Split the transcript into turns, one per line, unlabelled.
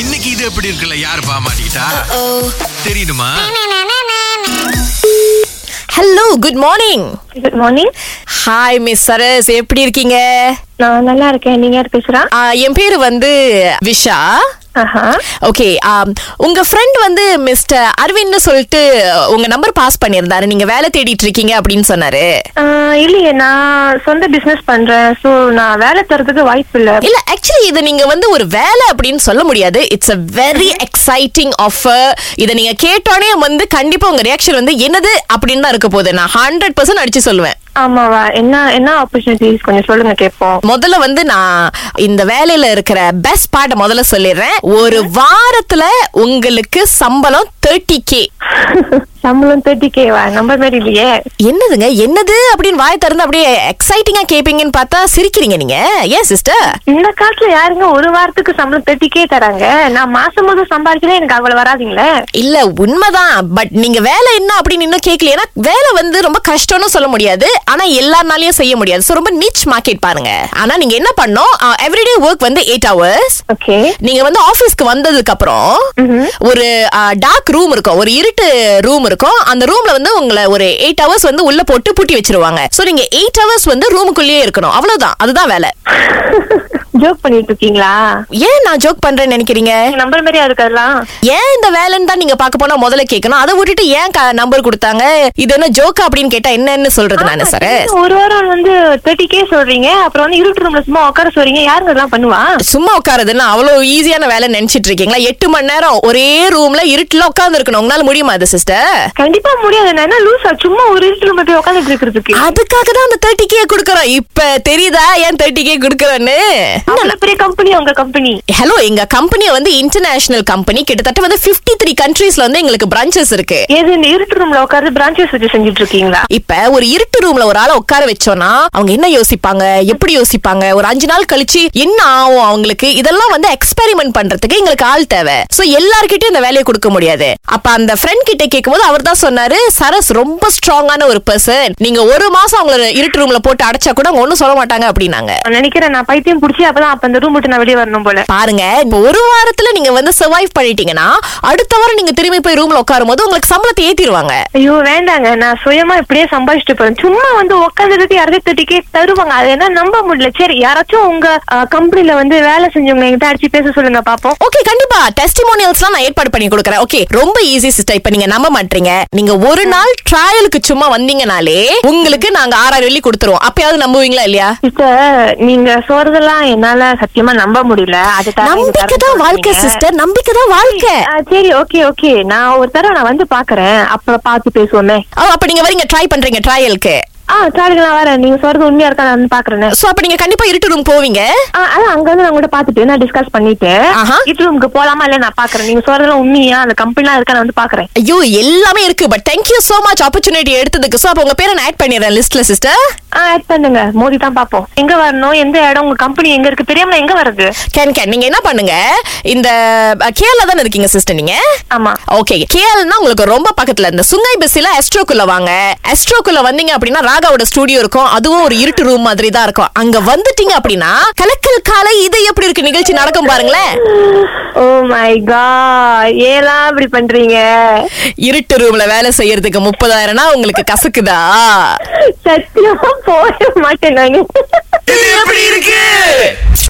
இன்னைக்கு இது எப்படி இருக்குல்ல யார் பாமாட்டா தெரியுமா
hello good morning
good morning
hi miss Saras எப்படி இருக்கீங்க
நான் நல்லா இருக்கேன் நீங்க யார் பேசுறா
ஆ, என் பேரு வந்து விஷா
ஆஹா
ஓகே உங்க ஃப்ரெண்ட் வந்து மிஸ்டர் அரவிந்த்னு சொல்லிட்டு உங்க நம்பர் பாஸ் பண்ணியிருந்தாரு நீங்க வேலை தேடிட்டு இருக்கீங்க அப்படின்னு சொன்னாரு
ஆஹ், இல்லையே நான் சொந்த பிசினஸ் பண்றேன் சோ நான் வேலை தரதுக்கு வாய்ப்பு இல்ல
இல்ல ஆக்சுவலி இது நீங்க வந்து ஒரு வேலை அப்படின்னு சொல்ல முடியாது it's a very exciting offer இதை நீங்க கேட்டோடனே வந்து கண்டிப்பா உங்க ரியாக்ஷன் வந்து என்னது அப்படின்னு தான் இருக்க போகுது நான் ஹண்ட்ரட் பர்சன்ட் அடிச்சு சொல்லுவேன்
ஆமாவா என்ன என்ன ஆப்பர்ச்சுனிட்டிஸ் கொஞ்சம் சொல்லுங்க கேட்போம்
முதல்ல வந்து நான் இந்த வேலையில இருக்கிற பெஸ்ட் பார்ட்டை முதல்ல சொல்லிடுறேன் ஒரு வாரத்துல உங்களுக்கு சம்பளம் தேர்ட்டி கே
சம்பளம் தேர்ட்டி கேவா நம்பர் மாதிரி இல்லையே
என்னதுங்க என்னது அப்படின்னு வாய் திறந்து அப்படியே எக்ஸைட்டிங்கா கேப்பீங்கன்னு பார்த்தா சிரிக்கிறீங்க நீங்க ஏன் சிஸ்டர்
இந்த காலத்துல யாருங்க ஒரு வாரத்துக்கு சம்பளம் தேர்ட்டி கே தராங்க நான் மாசம் மாசம் சம்பாதிக்கிறேன் எனக்கு அவ்வளவு வராதுங்களே
இல்ல உண்மைதான் பட் நீங்க வேலை என்ன அப்படின்னு இன்னும் கேட்கல ஏன்னா வேலை வந்து ரொம்ப கஷ்டம்னு சொல்ல முடியாது ஆனா எல்லாருனாலயும் செய்ய முடியாது ஸோ ரொம்ப நீச் மார்க்கெட் பாருங்க ஆனா நீங்க என்ன பண்ணோம் எவ்ரிடே ஒர்க் வந்து எயிட் ஹவர்ஸ்
ஓகே
நீங்க வந்து ஆபீஸ்க்கு வந்ததுக்கு அப்புறம் ஒரு டார்க் ரூம் இருக்கும் ஒரு இருட்டு ரூம் இருக்கும் அந்த ரூம்ல வந்து உங்களை ஒரு எயிட் ஹவர்ஸ் வந்து உள்ள போட்டு பூட்டி வச்சிருவாங்க சோ நீங்க எயிட் ஹவர்ஸ் வந்து ரூமுக்குள்ளேயே இருக்கணும் அவ்வளவுதான் அதுதான் வேலை
ஜோக் பண்ணிட்டு இருக்கீங்களா
ஏன் நான் ஜோக் பண்றேன்னு நினைக்கிறீங்க
நம்பர் மாதிரியா இருக்கு அதெல்லாம்
ஏன் இந்த வேலைன்னு தான் நீங்க பார்க்க போனா முதல்ல கேட்கணும் அதை விட்டுட்டு ஏன் நம்பர் கொடுத்தாங்க இது என்ன ஜோக்கா அப்படின்னு கேட்டா என்னன்னு சொல்றது நானு சார்
ஒரு வாரம் வந்து தேர்ட்டி கே சொல்றீங்க அப்புறம் வந்து இருட்டு ரூம்ல சும்மா உட்கார சொல்றீங்க யாருங்க இதெல்லாம் பண்ணுவா
சும்மா உட்காருதுன்னா அவ்வளவு ஈஸியான வேலை நினைச்சிட்டு இருக்கீங்களா எட்டு மணி நேரம் ஒரே ரூம்ல இருட்டுல உட்கார்ந்து இருக்கணும் உங்களால முடியுமா அது சிஸ்டர்
கண்டிப்பா முடியாது நான் என்ன லூசா சும்மா ஒரு இருட்டு ரூம்ல போய் உட்காந்துட்டு இருக்கிறதுக்கு
அதுக்காக தான் அந்த தேர்ட்டி கே குடுக்கறோம் இப்ப தெரியுதா ஏன் தேர்ட்டி கே குடுக்கறோன்னு
அவ்வளவு பெரிய கம்பெனி உங்க கம்பெனி
ஹலோ எங்க கம்பெனி வந்து இன்டர்நேஷனல் கம்பெனி கிட்டத்தட்ட வந்து 53 த்ரீ கண்ட்ரீஸ்ல வந்து எங்களுக்கு பிரான்ச்சஸ் இருக்கு
ஏது இந்த இருட்டு ரூம்ல உட்கார்ந்து பிரான்ச்சஸ் வச்சு செஞ்சுட்டு இருக்கீங்களா
இப்ப ஒரு இருட்டு ரூம்ல ஒரு ஆளை உட்கார வச்சோம்னா அவங்க என்ன யோசிப்பாங்க எப்படி யோசிப்பாங்க ஒரு அஞ்சு நாள் கழிச்சு என்ன ஆகும் அவங்களுக்கு இதெல்லாம் வந்து எக்ஸ்பெரிமெண்ட் பண்றதுக்கு எங்களுக்கு ஆள் தேவை சோ எல்லார்கிட்டயும் இந்த வேலையை கொடுக்க முடியாது அப்ப அந்த ஃப்ரெண்ட் கிட்ட கேட்கும்போது அவர் தான் சொன்னாரு சரஸ் ரொம்ப ஸ்ட்ராங்கான ஒரு பர்சன் நீங்க ஒரு மாசம் அவங்கள இருட்டு ரூம்ல போட்டு அடைச்சா கூட அவங்க ஒண்ணும் சொல்ல மாட்டாங்க அப்படின்னாங்க
நான் நினைக்கிறேன் நான் பைத்தியம் புடிச்சு அப்பதான் அப்ப அந்த ரூம் விட்டு நான் வெளியே வரணும் போல
பாருங்க இப்ப ஒரு வாரத்துல நீங்க வந்து சர்வைவ் பண்ணிட்டீங்கன்னா அடுத்த வாரம் நீங்க திரும்பி போய் ரூம்ல உட்காரும் போது உங்களுக்கு சம்பளத்தை ஏத்திடுவாங்க
ஐயோ வேண்டாங்க நான் சுயமா இப்படியே சம்பாதிச்சுட்டு போறேன் சும்மா வந்து உட்காந்துருக்கு யாராவது தேர்ட்டி கே தருவாங்க அது என்ன நம்ப முடியல சரி யாராச்சும் உங்க கம்பெனில வந்து வேலை செஞ்சவங்க என்கிட்ட அடிச்சு பேச சொல்லுங்க பாப்போம்
ஓகே கண்டிப்பா டெஸ்டிமோனியல்ஸ்லாம் நான் ஏற்பாடு பண்ணி கொடுக்குறேன் ஓகே ரொம்ப ஈஸி சிஸ்டர் இப்ப நீங்க நம்ப மாட்டீங்க நீங்க ஒரு நாள் ட்ரையலுக்கு சும்மா வந்தீங்கனாலே உங்களுக்கு நாங்க ஆறாயிரம் வெள்ளி கொடுத்துருவோம் அப்பயாவது நம்புவீங்களா இல்லையா
இப்ப நீங்க சொல்றதெல்லாம் என்னால சத்தியமா நம்ப முடியல அது தரேன், இது தரேன்னு
நம்பிக்கை தான் வாழ்க்கை
சொல்றீங்க.
சிஸ்டர் நம்பிக்கை தான் வாழ்க்கை
ஆ, சரி ஓகே ஓகே நான் ஒரு தடவை நான் வந்து பாக்குறேன் அப்ப பார்த்து பேசுவோமே
ஓ, அப்ப நீங்க வரீங்க ட்ரை பண்றீங்க ட்ரையலுக்கு
ஆ சாரி நான் வரேன் நீங்க சொல்றது உண்மையா இருக்கா நான் வந்து பாக்குறேன்
சோ அப்ப நீங்க கண்டிப்பா இருட்டு ரூம் போவீங்க
ஆ, அதான் அங்க வந்து நான் கூட பாத்துட்டு நான் டிஸ்கஸ் பண்ணிட்டு
ஆஹா.
இது ரூமுக்கு போலாமா இல்ல நான் பாக்குறேன் நீங்க சொல்றதெல்லாம் உண்மையா அந்த கம்பெனிலாம் இருக்கா நான் வந்து பாக்குறேன்
ஐயோ எல்லாமே இருக்கு but thank you so much opportunity எடுத்ததுக்கு சோ அப்ப உங்க பேரை நான் ஆட் பண்ணிடுறேன் லிஸ்ட்ல சிஸ்டர்
ஆ ஆட் பண்ணுங்க மோதி தான் பாப்போம் எங்க வரணும் எந்த இடம் உங்க கம்பெனி எங்க இருக்கு தெரியாம எங்க வருது
கேன் கேன் நீங்க என்ன பண்ணுங்க இந்த கேரளா தானே இருக்கீங்க சிஸ்டர் நீங்க
ஆமா
ஓகே கேஎல்னா உங்களுக்கு ரொம்ப பக்கத்துல இந்த சுங்கை பஸ்ல எஸ்ட்ரோக்குள்ள வாங்க எஸ்ட்ரோக்குள்ள வந்தீங்க அப்படின்னா ராகாவோட ஸ்டுடியோ இருக்கும் அதுவும் ஒரு இருட்டு ரூம் மாதிரி தான் இருக்கும் அங்க வந்துட்டீங்க அப்படின்னா கலக்கல் காலை இது எப்படி இருக்கு நிகழ்ச்சி நடக்கும் பாருங்களேன்
ஓ
Oh
மை கா ஏலாம் இப்படி பண்றீங்க
இருட்டு ரூம்ல வேலை செய்யறதுக்கு முப்பதாயிரம்னா உங்களுக்கு கசக்குதா
சத்தியமா போக மாட்டேன் நாங்க
இது எப்படி இருக்கு